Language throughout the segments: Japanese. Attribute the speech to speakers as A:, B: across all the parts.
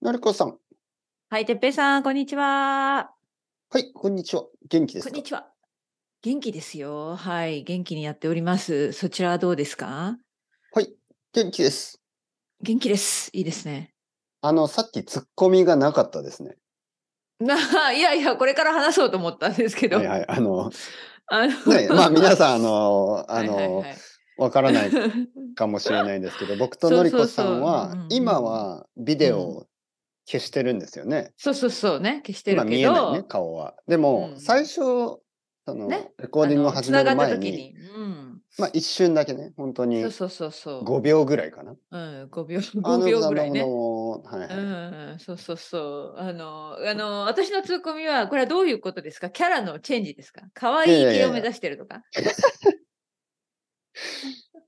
A: 成子さん。
B: はい、てっぺいさん、こんにちは。
A: はい、こんにちは。元気です
B: こん
A: か
B: にちは。元気ですよ。はい、元気にやっております。そちらはどうですか
A: はい、元気です。
B: 元気です。いいですね。
A: あの、さっきツッコミがなかったですね。
B: な いやいや、これから話そうと思ったんですけど。
A: はいはい。あの、
B: あの
A: ね、まあ皆さん、あ の、あ
B: はいはい
A: の
B: は、い
A: わからないかもしれないですけど、僕と
B: そ
A: の
B: うそう
A: り
B: そう
A: こさん
B: うんうんう
A: は
B: ん、
A: 今はビデオを消してるんですよね。
B: そうそうそうね、消して
A: 今
B: る
A: 見
B: け
A: えない
B: ど、
A: ね、顔は。でも
B: う、ん
A: 最初、その、
B: ね
A: レコーディングを
B: あの
A: 始める
B: 繋がっ
A: 前
B: た
A: に、
B: 時に、うん、
A: まあ一瞬だけね、本当に
B: そうそうそうそう、
A: 5秒ぐらいかな。
B: うん、5秒
A: あの
B: 5秒ぐらいね
A: あ。のはいは
B: う
A: い
B: ん、そうそうそう。あの、あの、私のツッコミは、これはどういうことですかキャラのチェンジですか可愛い
A: いやいやい
B: 系
A: や
B: を目指してるとか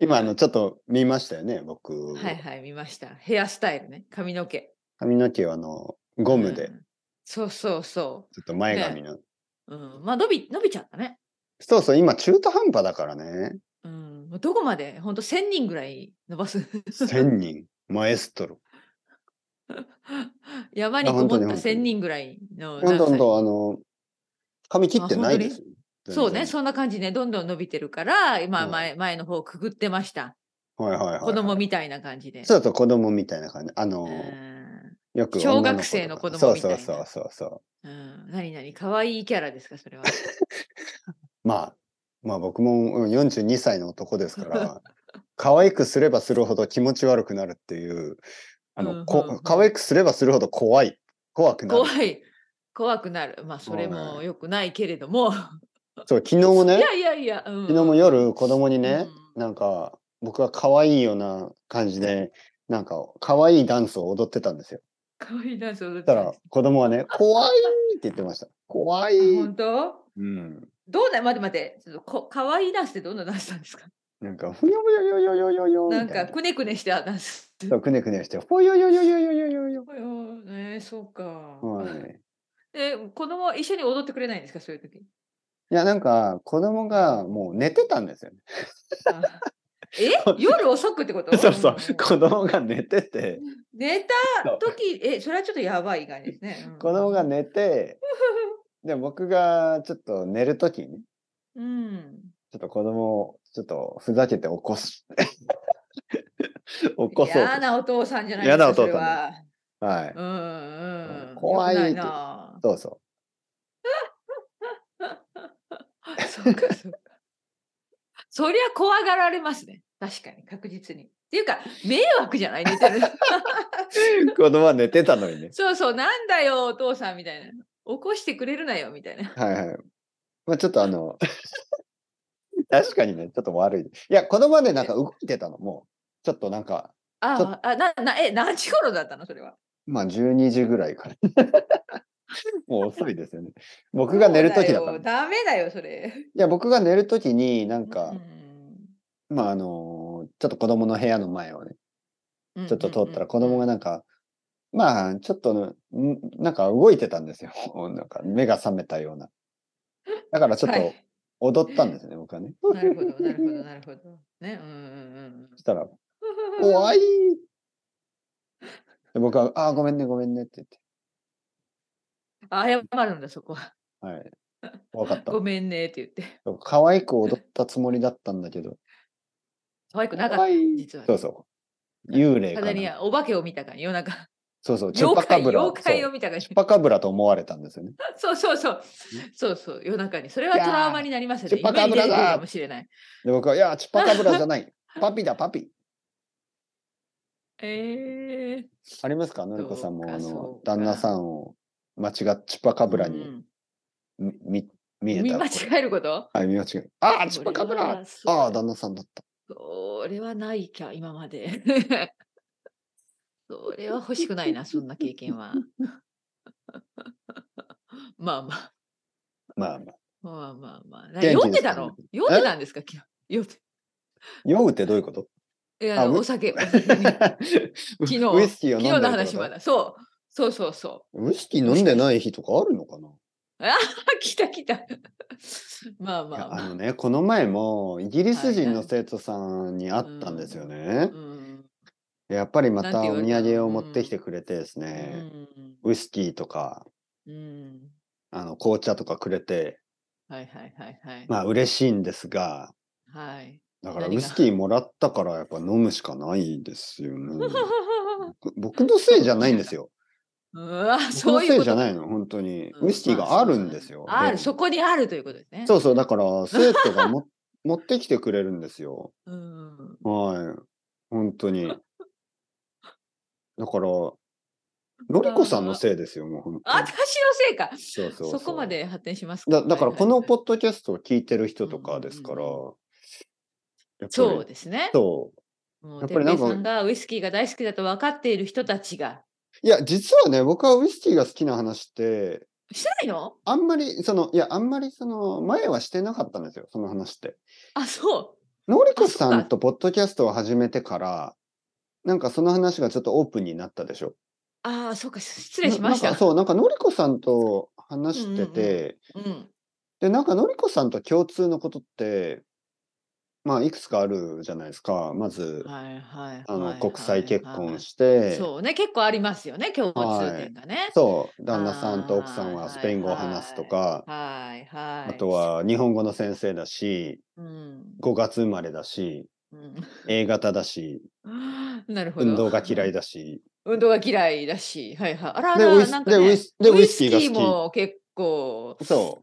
A: 今、あの、ちょっと見ましたよね、僕。
B: はいはい、見ました。ヘアスタイルね、髪の毛。
A: 髪の毛はあのゴムで
B: う、んそうそうそ
A: ちょっと前髪の、
B: う。うん、まあ、伸び、伸びちゃったね。
A: そうそう、今中途半端だから ね。
B: うん、もうどこまで、本当1000人ぐらい伸ば す。
A: 千人、マエストロ。
B: 山に
A: あ
B: こ
A: 本
B: も
A: 当
B: っ
A: に
B: た
A: 本当に
B: 1000人ぐらい
A: ほ
B: の
A: んとほん
B: 長さ
A: と、あの、髪切ってないですよ。全然
B: そうね、そんな感じね、どんどん伸びてるから、今
A: うん
B: 前、前の方くぐってました。
A: はいはいはい。
B: 子供みたいな感じで。
A: そうそう、子供みたいな感じ。あの、
B: うん
A: よく
B: 小学生の子供みたいな
A: そうそうそうそうそ
B: うん、何々、可愛いキャラですか、そ れは。
A: う。まあ、まあ僕もうん42歳の男です から、可愛くすればするほど気持ち悪くなるっていう、あの、こ
B: うんうんうん
A: 可愛くすればするほど怖い。怖くなる。
B: 怖い、怖くなる。まあ、それ
A: そう
B: も
A: ね
B: 良くないけれども。
A: そう、昨日もね。
B: いやいやいや、うん
A: 昨日も夜子供にね、
B: うん
A: なんか僕は可愛いような感じでなんか可愛いダンスを踊ってたんですよ。
B: 可愛いダンス踊っ
A: そしてた
B: た
A: ら子供はね「怖い!」って言ってました。怖い、
B: 本当
A: うん、
B: どうだ待って待って、ちょっとこ可愛いダンスってどんなダンスな んですか
A: なんかふよふよよよよよよ
B: なん
A: みたい
B: かくねくねしたダン ス。
A: そうくねくねして「ほよよよよよよよよ
B: おいおいねえそうか。」
A: はい。
B: え、子供は一緒に踊ってくれないんですか、そうい う時。
A: いやなんか子供がもう寝てたんですよね。
B: あえ夜遅くってこと
A: そうそうん
B: ん
A: 子供が寝てて
B: 寝
A: そ
B: た
A: う
B: 時、え、それはちょっとやばい感じですね。うん
A: 子供が寝てで僕がちょっと寝る時にね
B: うん。
A: ちょっと子供をちょっとふざけて起こ す。起こそう
B: 嫌なお父さんじゃない
A: 嫌なお
B: そ
A: 父
B: れは
A: と。はい。
B: うんうん。
A: 怖い
B: 良くな
A: とそ
B: な
A: うそ
B: あ。そうかそうか。 そりゃ怖がられますね。確かに確実に。っていうか迷惑じゃない寝てる。
A: う。子供は寝てたのにね。
B: そうそうなんだよお父さんみたいな。起こしてくれるなよみたいな。
A: はいはい。まあちょっとあの、 確かにね、ちょっと悪い。いや、子供はね、なんか動いてたの、もう。ちょっとなんか、ちょ
B: ああななえ何時頃だったのそれは。
A: まあ12時ぐらいから。 もう遅いですよね。僕が寝る時だから。
B: そう
A: い
B: よダメだよそれ。
A: や、僕が寝る時に、なん
B: う
A: か
B: ん、
A: まああの、ちょっと子供の部屋の前をね、
B: うんうん
A: ちょっと通ったら子供がなんか、まあ、ちょっとの、んなんか動いてたんですよ。 なんか目が覚めたような。だからちょっ
B: は
A: と
B: い
A: 踊ったんですね、僕はね。
B: なるほどなるほどなるほど。ねうんうん
A: そしたら、
B: うん。
A: 怖
B: い。
A: いで僕は、ああ、ごめんね、ごめんねって言って。
B: 謝るんだそこは。
A: はい。怖かった
B: ご。めんねって言って。
A: 可愛く踊ったつもりだったんだけど。
B: 可愛くなかった
A: 怖い
B: 実はね
A: そうそう。幽霊
B: た
A: か
B: だに
A: な。
B: お化けを見たかに夜中。
A: そうそう、チュ
B: 妖
A: パカ
B: 怪
A: ブラ。そ
B: 妖
A: う
B: 怪を
A: チ
B: 見たかに。
A: ュパカブラと思われたんですよね。
B: そうそうそう。そうそう、夜中に。それはい
A: やー
B: トラウマになりますよね。
A: チュッパカブラだ
B: 夢に出てくるかもしれない。
A: で、僕は、いや、チュパカブラじゃない。 パピだ、パピ。
B: ええ
A: ありますかのりこさん
B: そう
A: も
B: か
A: あ
B: そ
A: の
B: うか
A: 旦那さんを間違っチュパカ
B: ー。
A: ブラ
B: う
A: に
B: ん
A: み、み見え
B: 見
A: た。
B: 間違えること
A: はい、見間違え。あ あ、チュパカブラあ
B: それは
A: あー、旦那さんだった。
B: それはないか、今 まで。それは欲しくないな、そんな経験は。 まあまあ、
A: まあまあ。
B: まあまあま
A: 元気
B: あ。
A: です
B: 読んでたの読んでたんですか昨日。読ん
A: 酔うってどういうこと
B: でい
A: あ
B: や、
A: う
B: お 酒。お酒
A: 昨
B: に
A: 日
B: 昨日
A: ウイスキーを飲
B: 昨日
A: んで
B: の
A: るって
B: 話
A: こ
B: まだ。そう。そうそうそう。
A: とウイスキー飲んでない日とかあるのかな
B: あ来た来た。 まあま
A: いや
B: あ、ま
A: あ
B: あ
A: のね、この前もイギリス人
B: はい
A: の
B: はい
A: 生徒さんに会ったんですよね。
B: うん。
A: やっぱりまた
B: なんて言
A: お
B: わ
A: 土
B: れたの
A: 産を持ってきてくれてです
B: う
A: ね、
B: ん
A: ウイスキーとか、
B: うん。
A: あの、紅茶とかくれて、
B: はいはいはいはい。
A: まあ嬉しいんですが、
B: はい。
A: だからウ
B: 何
A: イ
B: が
A: スキーもらったからやっぱ飲むしかないですよ ね。僕僕のせいじゃないんですよ。
B: うわ、
A: 僕の
B: そうい
A: せ
B: う
A: い
B: こ
A: じゃ
B: と。
A: ないの、本当に。
B: うん
A: ウイスキーがあるんですよ。
B: まあそうだねある、
A: で
B: そこにあるということですね。
A: そうそう、だ から生徒がも持ってきてくれるんですよ。
B: うん。
A: はい。本当に。だから、のりこさんのせいですよ、もう本
B: あ
A: 当
B: 私
A: に
B: のせいか。
A: そうそうう
B: そこまで発展しますか
A: だだからこのポ
B: ッ
A: ッドキャストを聞いてる人とかですから、
B: うんうん
A: やっぱり
B: そうですね。
A: そう
B: も
A: や
B: う、
A: っぱ
B: てっ
A: りなん
B: ぺい
A: か
B: さんがウイスキーが大好きだと分かっている人たちが。
A: いや実はね僕はウイスキーが好きな話って
B: してないの
A: あんまりそのいやあんまりその前はしてなかったんですよその話って。
B: あ、そ
A: のりこさ
B: あそっ
A: ん
B: か
A: とポッドキャストを始めてからなんかその話がちょっとオープンになったでしょ。
B: う。ああ、そうか、失礼しまし
A: なな
B: た。
A: んかそうなんかのりこさんと話してて、
B: うんうん。
A: でなんかのりこさんと共通のことってまあいくつかあるじゃないですかまず、
B: はいはいはい。
A: あの国際結婚
B: し
A: して、
B: てそうね、結構ありますよね、共通点がね。
A: そう旦那さんと奥さん
B: あ
A: は
B: ー
A: スペイン語を話すとか、
B: はいは
A: あ
B: い。
A: と、は日本語の先生だし
B: うん。
A: 5月生まれだし
B: う
A: A 型だし
B: ん なるほど。
A: 運動が嫌い
B: だ。
A: だし
B: 運動が嫌いだし、はいはい。あらあ
A: で
B: ら、
A: ウイス
B: なんか、
A: でウイ
B: ね、
A: スでウイスキ
B: キ
A: ーが
B: ー
A: 好
B: も結構、
A: きそ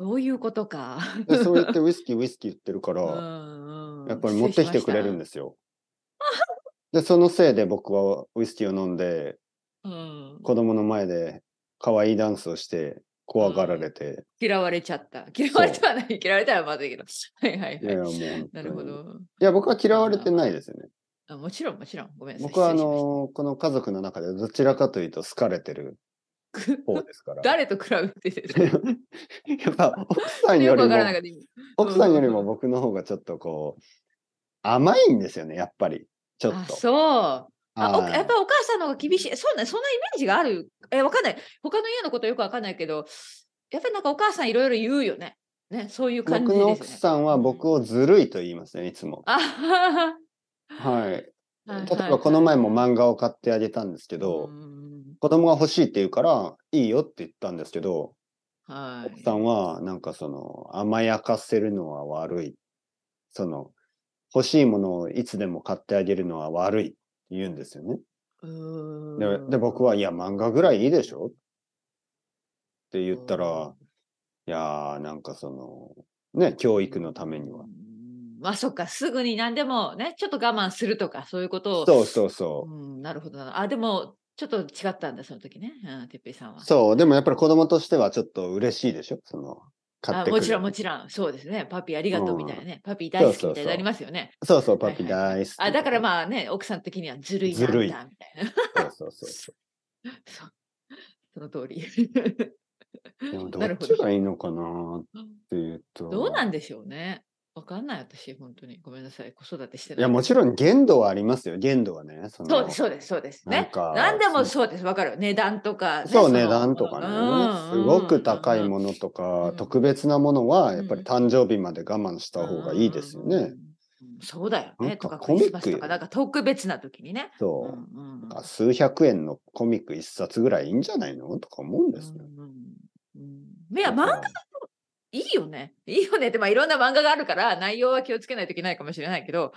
B: そういうことか。
A: う でそう言ってウイスキーウイスキー言ってるから、
B: うんうん
A: やっぱり持ってきてくれるん
B: で。
A: ですよ。でそのせいで僕はウイスキーを飲んです
B: うん
A: 子供の前で可愛いダンスをして怖がられて、
B: 嫌われちゃった。 嫌われてはない。嫌われたらまずいけど。はいはい
A: いやいや
B: は
A: もう
B: い。
A: 本当
B: な
A: に
B: るほど。
A: いや僕は嫌われてないですよね。
B: あもちろんもちろん。ごめんなさい。
A: 僕はあ
B: 失礼しまし
A: のこの家族の中でどちらかというと好かれてる方です から。
B: 誰と比べてですか
A: やっぱ奥さんよ
B: よく
A: り
B: わ
A: も
B: からなかった。今
A: 奥さんよりも僕の方がちょっとこう甘いんですよねやっぱりちょっ
B: あ、
A: と。
B: そう。あお
A: はい
B: やっぱお母さんの方が厳しい。そうね、そんなイメージがある。え、わかんない。他の家のことよくわかんないけど、やっぱりなんかお母さんいろいろ言うよね。ね、そういう感
A: 僕
B: じですよ
A: の
B: ね。
A: 奥さんは僕をずるいと言いますねいつも。
B: あはは
A: はい。例
B: はい
A: えばこの前も漫画を買ってあげたんですけど、
B: うん
A: 子供が欲しいって言うからいいよって言ったんですけど、
B: は
A: 奥
B: い。
A: さんはなんかその甘やかせるのは悪い。その欲しいものをいつでも買ってあげるのは悪いって言うんですよね。
B: うーん
A: でで僕はいや漫画ぐらいいいでしょって言った
B: う
A: らい
B: ん
A: やーなんかそのね教育のためには
B: う。んまあそっか、すぐに何でもね、ちょっと我慢するとか、そういうことを。
A: そうそうそうう。
B: ん、なるほどな。あ、でも、ちょっと違ったんだ、その時ね。うん、てっぺいさんは。
A: そうでもやっぱり子供としてはちょっと嬉しいでしょその買
B: あ
A: ってく
B: も
A: る。
B: ちろん、もちろん。そうですね。パピありがとうみたいなね。パピ大
A: そう
B: 好き
A: そう
B: みたいになりますよね。
A: そうそうパピ
B: はいはい
A: 大好き。
B: あだからまあね、奥さん的にはずるい
A: ず
B: な
A: るい
B: んだみたいな。
A: そうそうそうそう。
B: そうその通り。
A: でもど
B: なる
A: っ
B: ほ
A: ち
B: ど
A: がいいのかなっていうと。
B: どうなんでしょうね。わかんない、私、本当に。ごめんなさい、子育てしてない
A: いや、もちろん限度はありますよ。限度はね。その
B: そうです、そうです、そうです。
A: なん
B: ね。
A: か
B: 何でもそうです、わかる。値段とか、ね
A: そう
B: の
A: 値段とかね、
B: うん
A: すごく高いものと
B: うん
A: か、
B: うん
A: 特別なものは
B: うん
A: やっぱり誕生日まで我慢した方がいいですよね。。
B: うんうんうんうんそうだよ
A: な
B: ね。
A: んか
B: とか、
A: コ
B: ク
A: ミ
B: リ
A: ック
B: スマスとか、なんか特別な時にね。
A: そうう。
B: んうんうん
A: なんか数百円のコミック一冊ぐらいいいんじゃないのとか思うんですよ。
B: うんうんうんいや、漫画いいよね。いいよねって、まあ、いろんな漫画があるから、内容は気をつけないといけないかもしれないけど、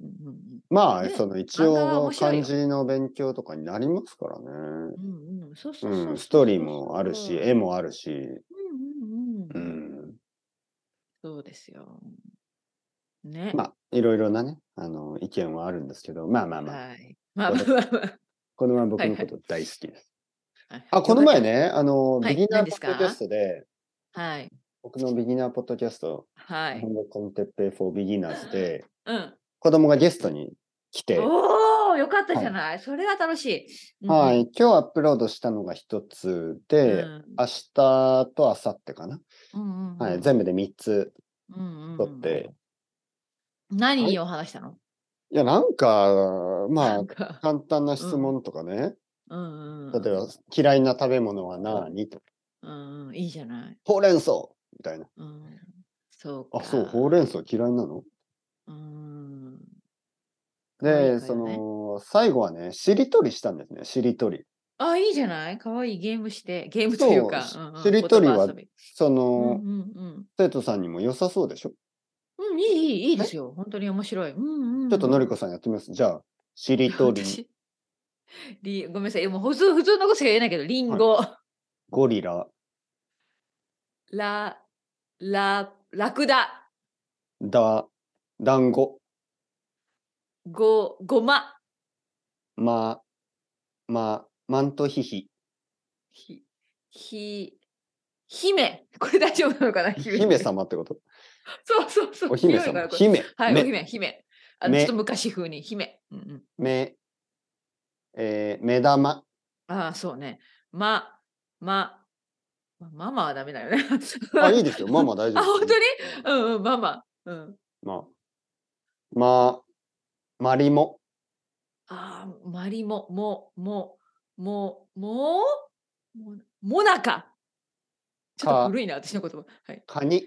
B: うんうん
A: まあ、
B: ね
A: その一
B: 漫画は
A: 応
B: 面白い
A: 漢
B: よ
A: 字の勉強とかになりますからね。
B: うん、うんうん、そうそうそう
A: う、
B: そうん
A: ストーリーもあるし、絵
B: も。
A: もあるし、
B: うんうん
A: う
B: うん。
A: ん、
B: そうですよ。ね。
A: まあ、いろいろなね、あの、意見はあるんですけど、まあまあまあ、
B: はい。まあ、
A: こ
B: ま
A: れ
B: あまあまあ
A: この前僕
B: はい
A: の
B: はい
A: こと大好きです。
B: はい
A: あ、この前。ね、あの、
B: はい
A: ビギナー
B: 何
A: ポ
B: です
A: ッ
B: か
A: ドキャストで、
B: はい。
A: 僕のビギナーポッドキャスト、
B: は
A: 日
B: い。
A: 本語コンテッペイフォービギナーズで、
B: うん。
A: 子供がゲストに来て、は
B: おお、よかったじゃない。それが楽しい。
A: い、。
B: うん
A: 今日アップロードしたのが一つで、明日と明後日かな、は、
B: はい
A: 全部で三つ
B: 部
A: 撮って、。
B: 何を話したの
A: いや、なんか、ま
B: な
A: あ
B: ん、か
A: 簡単な質問とかね、
B: うんうん
A: 例えば、嫌いな食べ物は何とか、
B: うんうん、いいじゃない。
A: ほうれん草みたいな。
B: うん、そうか。
A: あ、そう、ほうれん草嫌いなの
B: うん。可愛い
A: で、
B: から
A: そ
B: ね
A: の、の、最後はね、しりとりしたんですね、しりとり。
B: あ、いいじゃない可愛いゲームして、ゲームというか、
A: そう
B: うんうん
A: しりとりは
B: 言葉遊び
A: そ
B: うんう
A: の、
B: ん
A: 生徒さんにも良さそうでしょ、
B: うん。うん、いい、いい、いいですよ。本当に面白い。うん、うん。
A: ちょっとのりこさんやってみます。じゃあ、しりとり、
B: 私 りごめんなさい、もう普通普通のことしか言えないけど、リンゴ、
A: ゴリラ、
B: ラ、ラ、ラクダ、
A: だ、団子、
B: ゴ、ゴマ、
A: ま、ま、マントヒ ヒ、
B: ひ、ひ、姫。これ大丈夫なのかな
A: 姫。様ってこと
B: そうそうそう。
A: お姫
B: 広いか
A: 様、
B: らこれ
A: 姫、
B: はい、お
A: め、
B: 姫、姫。あの
A: め
B: ちょっと昔風に、姫。うんうん、
A: め、えー、目 玉、
B: ああ、そうね。ま、ま、まママはダメだよね。
A: あ、いいですよ、ママ大丈夫
B: あ本当に
A: ですよ
B: うんうん、ママ。うん、
A: まあ、ま、マリモ、
B: ああ、マリモ、も、も、も、も、も、もなか。ちょっ
A: か
B: と古いな、私の言葉。はい。
A: カニ、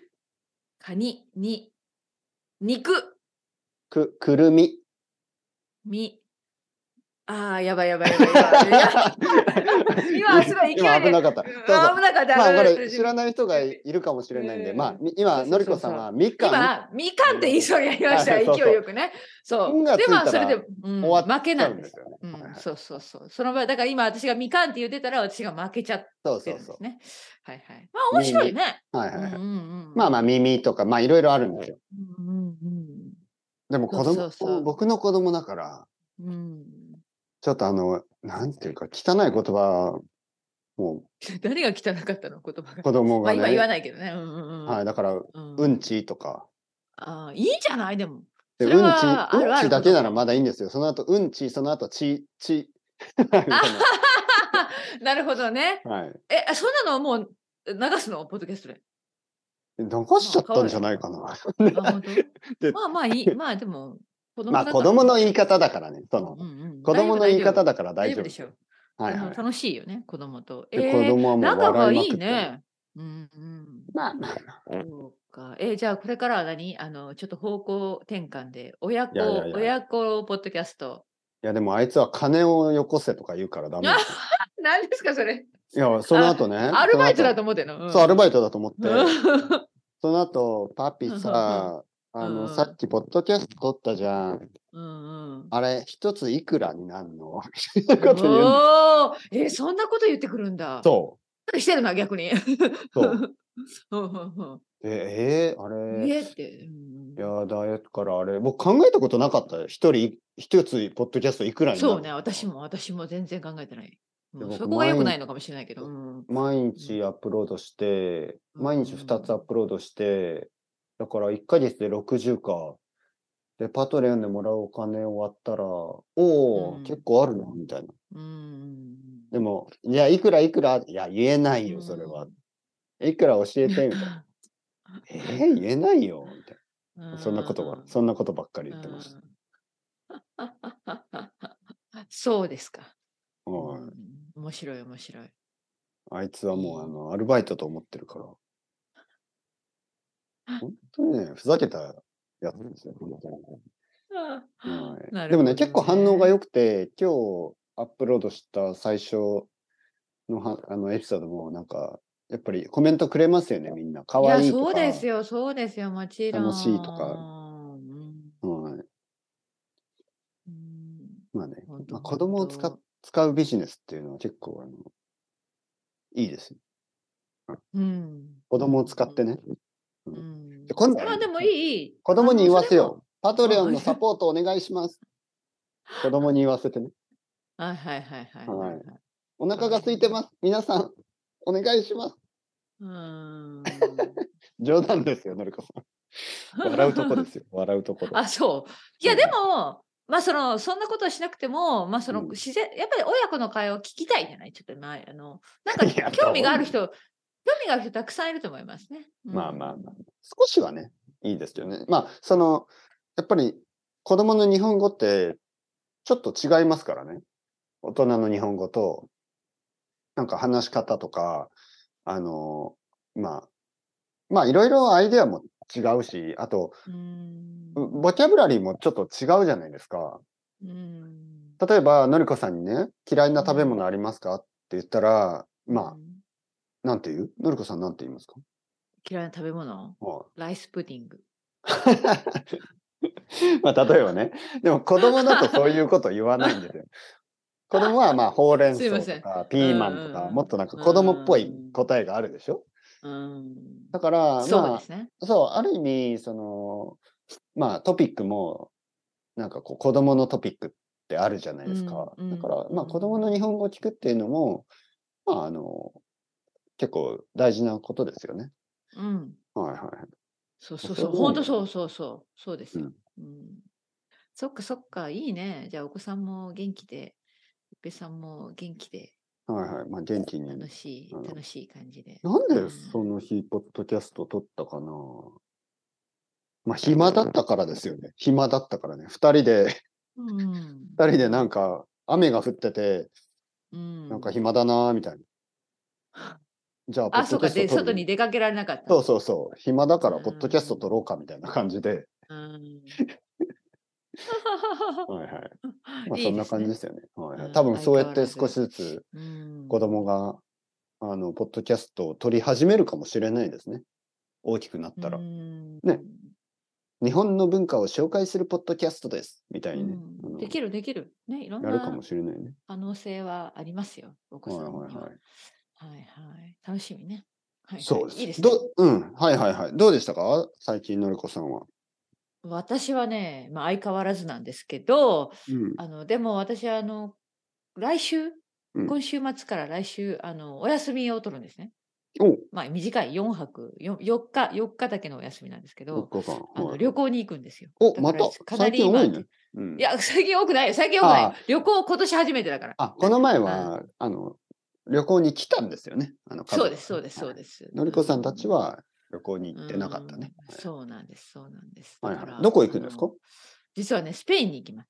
B: カニ、に、肉、
A: く、くるみ。
B: み、ああ、やばいやばいやばいやばい。いや 今はすごい勢いで。
A: 今危なかった。
B: うん
A: そうそう
B: 危なかった。
A: まあ、こ
B: 危なか
A: れ
B: った
A: 知らない人がいるかもしれないんで、
B: うん
A: まあ、み
B: そう
A: 今、
B: そう
A: のりこさんはみか
B: 今、みかんって言いそうになりました、
A: はいそうそう
B: 勢いよくね。そ
A: 運
B: う。
A: がつい
B: で、
A: たら
B: まあ、それで、うん、
A: ん終わっ
B: 負
A: ち
B: け
A: ゃ
B: な
A: うんん
B: で
A: ですすよね。
B: う
A: はいはい
B: ん、そうそうそう。その場合、だから今私がみかんって言ってたら私が負けちゃっ
A: そう
B: て
A: そうん
B: るで
A: そ
B: すね。はいはい。まあ面白いね。
A: う。はいうは
B: ん
A: いは
B: う
A: い。
B: んうん。
A: まあま
B: あ。
A: あ、耳とか、まあ、いろいろあるんですよ。
B: うんうん
A: でも、子供
B: そうそうそう
A: 僕の子供だから、
B: うん。うん
A: ちょっとあの、なんていうか、汚い言葉、も
B: 誰が汚かったの言葉
A: う
B: が。
A: 子供
B: ま
A: が
B: あ
A: ね。
B: 今言わないけどね。うんうんうん。
A: はい、だから、
B: うん
A: うんちとか。
B: ああいいじゃないでも。
A: で、
B: そうれ
A: んち、
B: はある
A: うん
B: ある
A: ちだけならまだいいんですよ。その後、うんち、その後、ち、ち。 みたい
B: なるほどね。
A: なはい。
B: え、あそんなのはもう流すのポッドキャ ストで。
A: 残しちゃったんじゃないかな。
B: あ本当
A: で
B: まあまあいい。まあでも、子
A: まあ、子供の言い方だからね。その、子供の言い方
B: だ
A: だから大丈夫
B: で。しょ。
A: はい
B: あ
A: は
B: の
A: い。
B: 楽しいよね、子供と。
A: で
B: えー
A: 子供はもう
B: 仲が
A: 笑いま
B: い
A: く
B: い
A: って
B: ね。うんうん。
A: まあまあ
B: そうか。えーじゃあこれからは何あの、ちょっと方向転換で、親子、
A: いやいやいや
B: 親子ポッドキャスト。
A: いやでもあいつは金をよこせとか言うからダメです。
B: 何ですか、それ。
A: い や、その後ね。
B: アルバイトだ
A: と
B: と思ってんの。
A: 思そう、アル
B: イ
A: バイトだと思って。
B: ト。
A: その後、パピさ、
B: ん
A: あ
B: うんう
A: の、
B: ん
A: さっきポッドキャスト撮ったじゃん。
B: うんうん。
A: あれ、一ついくらになんのみたいなこと言うんだ
B: おーえーそんなこと言ってくるんだ。
A: そ
B: してるな、逆に。
A: う、 そう。
B: うんうんうん
A: で、えー、あれ。
B: 家って。うん
A: いやだからあれ、僕考えたことなかったよ。一人、一つポッドキャストいくらになる
B: そうね、私も私も全然考えてない。うん
A: 僕
B: そこが良く
A: 毎
B: ないのかもしれないけど。うん
A: 毎日アップロードして、
B: うん
A: 毎日2つアップロードして、だから1ヶ月で60か。で、パトレオンでもらうお金終わったら、おお、
B: うん
A: 結構あるな、みたいな。
B: うん。
A: でも、いや、いくらいくら、いや、言えないよ、それは。いくら教えて、みたい な。えー言えないよ、みたいな。そんなことば、そんなことばっかり言ってました。
B: うん。 そうですか。
A: は
B: う
A: い
B: ん面白い面白い。
A: あいつはもう、あの、アルバイトと思ってるから。本当にね、ふざけたやつですよ、本当に。 はい、でもね、結構反応が良
B: く
A: くて、今日アップロードした最初のはあのエピソードも、なんか、やっぱりコメントくれますよね、みんな。可
B: いや
A: 愛いと
B: そ
A: か。
B: うですよ、そうですよ、もちろん。
A: 楽しいとか
B: うん。
A: はい。
B: うん
A: まあね、
B: ほんと
A: まあ、子供を使
B: ほん
A: っ
B: と
A: 使うビジネスっていうのは結構、あの、いいですね。
B: うん。
A: 子供を使ってね。
B: うん
A: で今度はね
B: まあでもいい。
A: 子供に言わせ
B: あの。
A: よう。パトレオンのサポートお願いします。子供に言わせてね。
B: それもはいはいはいはいはいはい。
A: お腹が空いてます。皆さん、お願いします。
B: うーん
A: 冗談ですよ、のりこさん。 笑うとこですよ。笑うところ。
B: あそういやでもまあそのそんなことをしなくてもまあそ
A: う
B: の
A: ん
B: 自然、やっぱり親子の会話を聞きたいじゃないちょっとまああのなんか
A: いや
B: 興味がある人興味がある人たくさんいると思いますね。うん
A: まあまあまあ、少しはね、いいですよね。まあ、その、やっぱり子供の日本語ってちょっと違いますからね。大人の日本語と、なんか話し方とか、あの、まあ、まあいろいろアイデアも違うし、あと、
B: うーん
A: ボキャブラリーもちょっと違うじゃないですか。
B: うーん
A: 例えば、のりこさんにね、嫌いな食べ物ありますかって言ったら、ま
B: うん
A: あ、なんて言うのりこさんなんて言いますか
B: 嫌いな食べ物ライスプディング。
A: はい。 まあ、例えばね。でも子供だとそういうこと言わないん ですよ。子供はまあ、ほうれん草
B: すい
A: とか、ピーマンと
B: うんうん
A: か、
B: うん
A: もっとなんか子供っぽい答えがあるでしょ
B: うん。
A: だから、
B: そう
A: ま
B: で
A: あ
B: す、ね。
A: そう、ある意味、その、まあトピックも、なんかこう子供のトピックってあるじゃないですか。
B: うんうん
A: だから、まあ
B: うん
A: 子供の日本語を聞くっていうのも、まああの、結構大事なことですよね。
B: うん。
A: はいはい。
B: そうそう
A: そう
B: そう。
A: 思う
B: 本当そうそうそう。そうですよ。うん。そっかそっか。いいね。じゃあお子さんも元気で、おぺさんも元気で、
A: はいはい。まあ元気に。
B: 楽しい、
A: うん
B: 楽しい感じで。
A: なん
B: う
A: で
B: ん
A: その日、ポッドキャスト撮ったかなまあ暇だったからですよね。暇だったからね。二人で、
B: うん。
A: 二人でなんか雨が降ってて、
B: うん。
A: なんか暇だなーみたいな。じゃあ、
B: あ、そうか。で、
A: 撮る
B: 外に出かけられなかった。
A: そうそうそう。暇だから、ポッドキャスト撮ろうかみたいな感じで。
B: うん。
A: はいはい。まあ、
B: い
A: そ
B: い
A: ん
B: で
A: な
B: す
A: 感じで
B: ね。
A: すよね。はいは
B: う
A: い。
B: ん
A: 多分そうやって少しずつ
B: うん
A: 子供が、あの、ポッドキャストを撮り始めるかもしれないですね。大きくなったら。
B: うん
A: ね日本の文化を紹介するポッドキャストです。みたいにね。
B: う
A: あ
B: ん
A: の
B: できるできる。ね、いろん
A: やるかも
B: な
A: しれないね。
B: 可能性はありますよ。お子
A: はい
B: さん
A: は
B: には。はい
A: いはい。
B: はい、楽しみね。はいはい、
A: そうです。
B: いいですね
A: ど、うん。はいはいはい。どうでしたか最近、のりこさんは。
B: 私はね、まあ、相変わらずなんですけど、
A: うん。
B: あのでも私はあの来週、
A: うん
B: 今週末から来週あのお休みを取るんですね。
A: お
B: まあ、短い4泊 4, 日4日だけのお休みなんですけ
A: のり
B: ど、
A: こさん。
B: あ
A: は
B: の
A: い
B: 旅行に行くんですよ。
A: お、
B: だ
A: ま
B: か
A: た
B: らか。な
A: 最
B: り
A: 近
B: 今
A: 多いね。うん
B: いや、 最近多くないよ。最近多くな
A: ああ
B: い。旅行今年初めてだから。
A: あ、この前は、あの、旅行に来たんですよね。あの、
B: そうです、そうです、
A: は
B: そ
A: いう
B: です。
A: のりこさんたち
B: うん
A: は旅行に行ってなかったね。
B: うんそうなんです、そうなんです。
A: はい
B: だか
A: は
B: ら
A: い。どこ行くんです
B: あ
A: か
B: の実はね、スペインに行きます。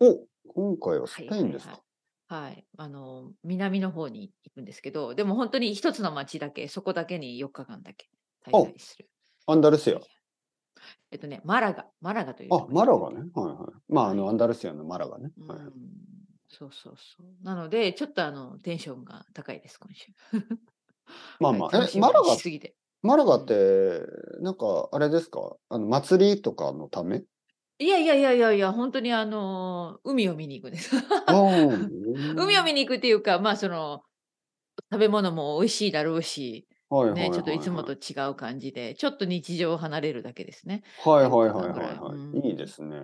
A: お、今回はスペインですか。
B: はいはいはいはいあの南の方に行くんですけど、でも本当に一つの町だけ、そこだけに4日間だけ滞在する。
A: アンダルシア。
B: えっとね、マラガ、マラガというと
A: あ
B: こ、ろ
A: マラガね。はいはい。まあ、あの、アンダルシアのマラガね。
B: う
A: はいはい
B: ん、そうそうそう。なので、ちょっとあのテンションが高いです、今週。
A: まあま
B: は
A: あ、
B: い
A: え、マラガ
B: 楽しみにし、すぎて。
A: マラガって、なんか、あれですかあの、祭りとかのため
B: いやいやいやいやいや、本当にあのー海を見に行くんです。 海
A: 海
B: を見に行くっていうか、まあその食べ物も美味しいだろうし、
A: はいはいはい
B: ね、
A: は
B: ちょっといつもと違う感じで、ちょっと日常を離れるだけですね。
A: はいはいはいはい
B: うん
A: はい。いいですね。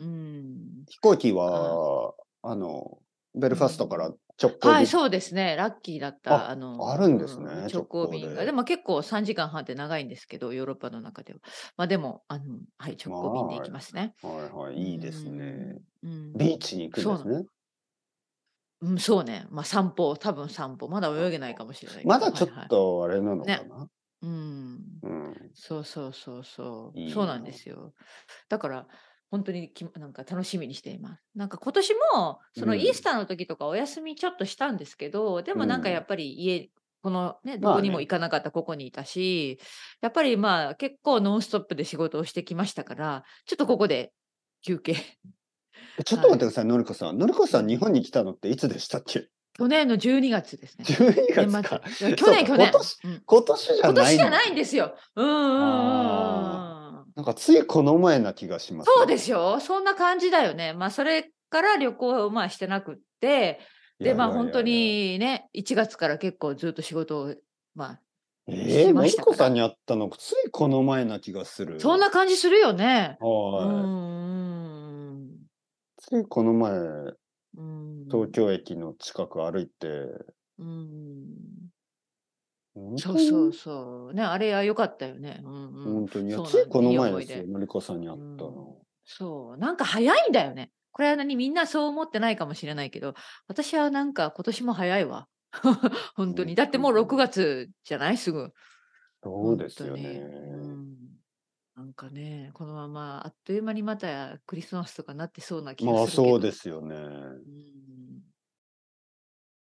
B: うん。
A: 飛行機は、あの、ベルファストから直行
B: はい、
A: 便
B: そうですね。ラッキーだった。
A: あ
B: あの
A: あるんですね
B: う
A: 直
B: 直
A: 行
B: 行
A: で
B: 便が。でも結構3時間半って長いんですけど、ヨーロッパの中では。まあでも、あのはい、直行便で行きますね。
A: はいはい、いいですね。
B: うん。
A: ビーチに行くんですね。
B: うん、そうね。まあ散歩、多分散歩。まだ泳げないかもしれないけど。
A: まだちょ
B: はいは
A: っ
B: い
A: とあれなのかな。
B: うん。
A: うん。
B: そうそうそうそう。
A: いい
B: そうなん
A: な
B: ですよ。だから本当にきなんか楽しみにしています。なんか今年もそうの
A: ん
B: イースターの時とかお休みちょっとしたんですけど、でもなんか
A: うん
B: やっぱり家このね
A: まあ
B: どこに
A: ね
B: も行かなかったここにいたし、やっぱりまあ結構ノンストップで仕事をしてきましたからちょっとここで休憩
A: えちょっと待ってください、のりこさん。のりこさん、日本に来たのっていつでしたっけ
B: 去年の12月ですね。
A: ?12
B: 年
A: 月か。
B: 末いや去年
A: そうか
B: 去年
A: 今年
B: うん
A: 今年じゃな
B: 今
A: い
B: 年
A: の
B: じゃないんですよ。うんうんうんうんうん。
A: なんかついこの前な気がします。
B: そうでしょそんな感じだよね。まあ、それから旅行をまあしてなくって、で、まあ、本当にね、1月から結構ずっと仕事を、ま
A: いやいやいや。えー、
B: し
A: の
B: ま
A: り
B: した
A: こ
B: から
A: さんに会ったの、ついこの前な気がす
B: あ、
A: る。
B: そんな感じするよね。うー
A: はい。
B: ん。
A: ついこの前、
B: うん
A: 東。京駅の近く歩いて、
B: うん。
A: 本当
B: そ
A: に
B: うそうそう。ね、あれは良かったよね。うんうん。
A: 本当に。いや
B: そうなん
A: ついこの前
B: いい思
A: で
B: い
A: す
B: 出
A: よ、のりこさんに会ったの。
B: そう。なんか早いんだよね。これは何みんなそう思ってないかもしれないけど、私はなんか今年も早いわ。 本当
A: うん
B: に。だってもう6月じゃないすぐ。
A: そうですよね。
B: 本当にうんなんかね、このままあっという間にまたクリスマスとかなってそうな気がするけど。
A: まあそうですよね。
B: うん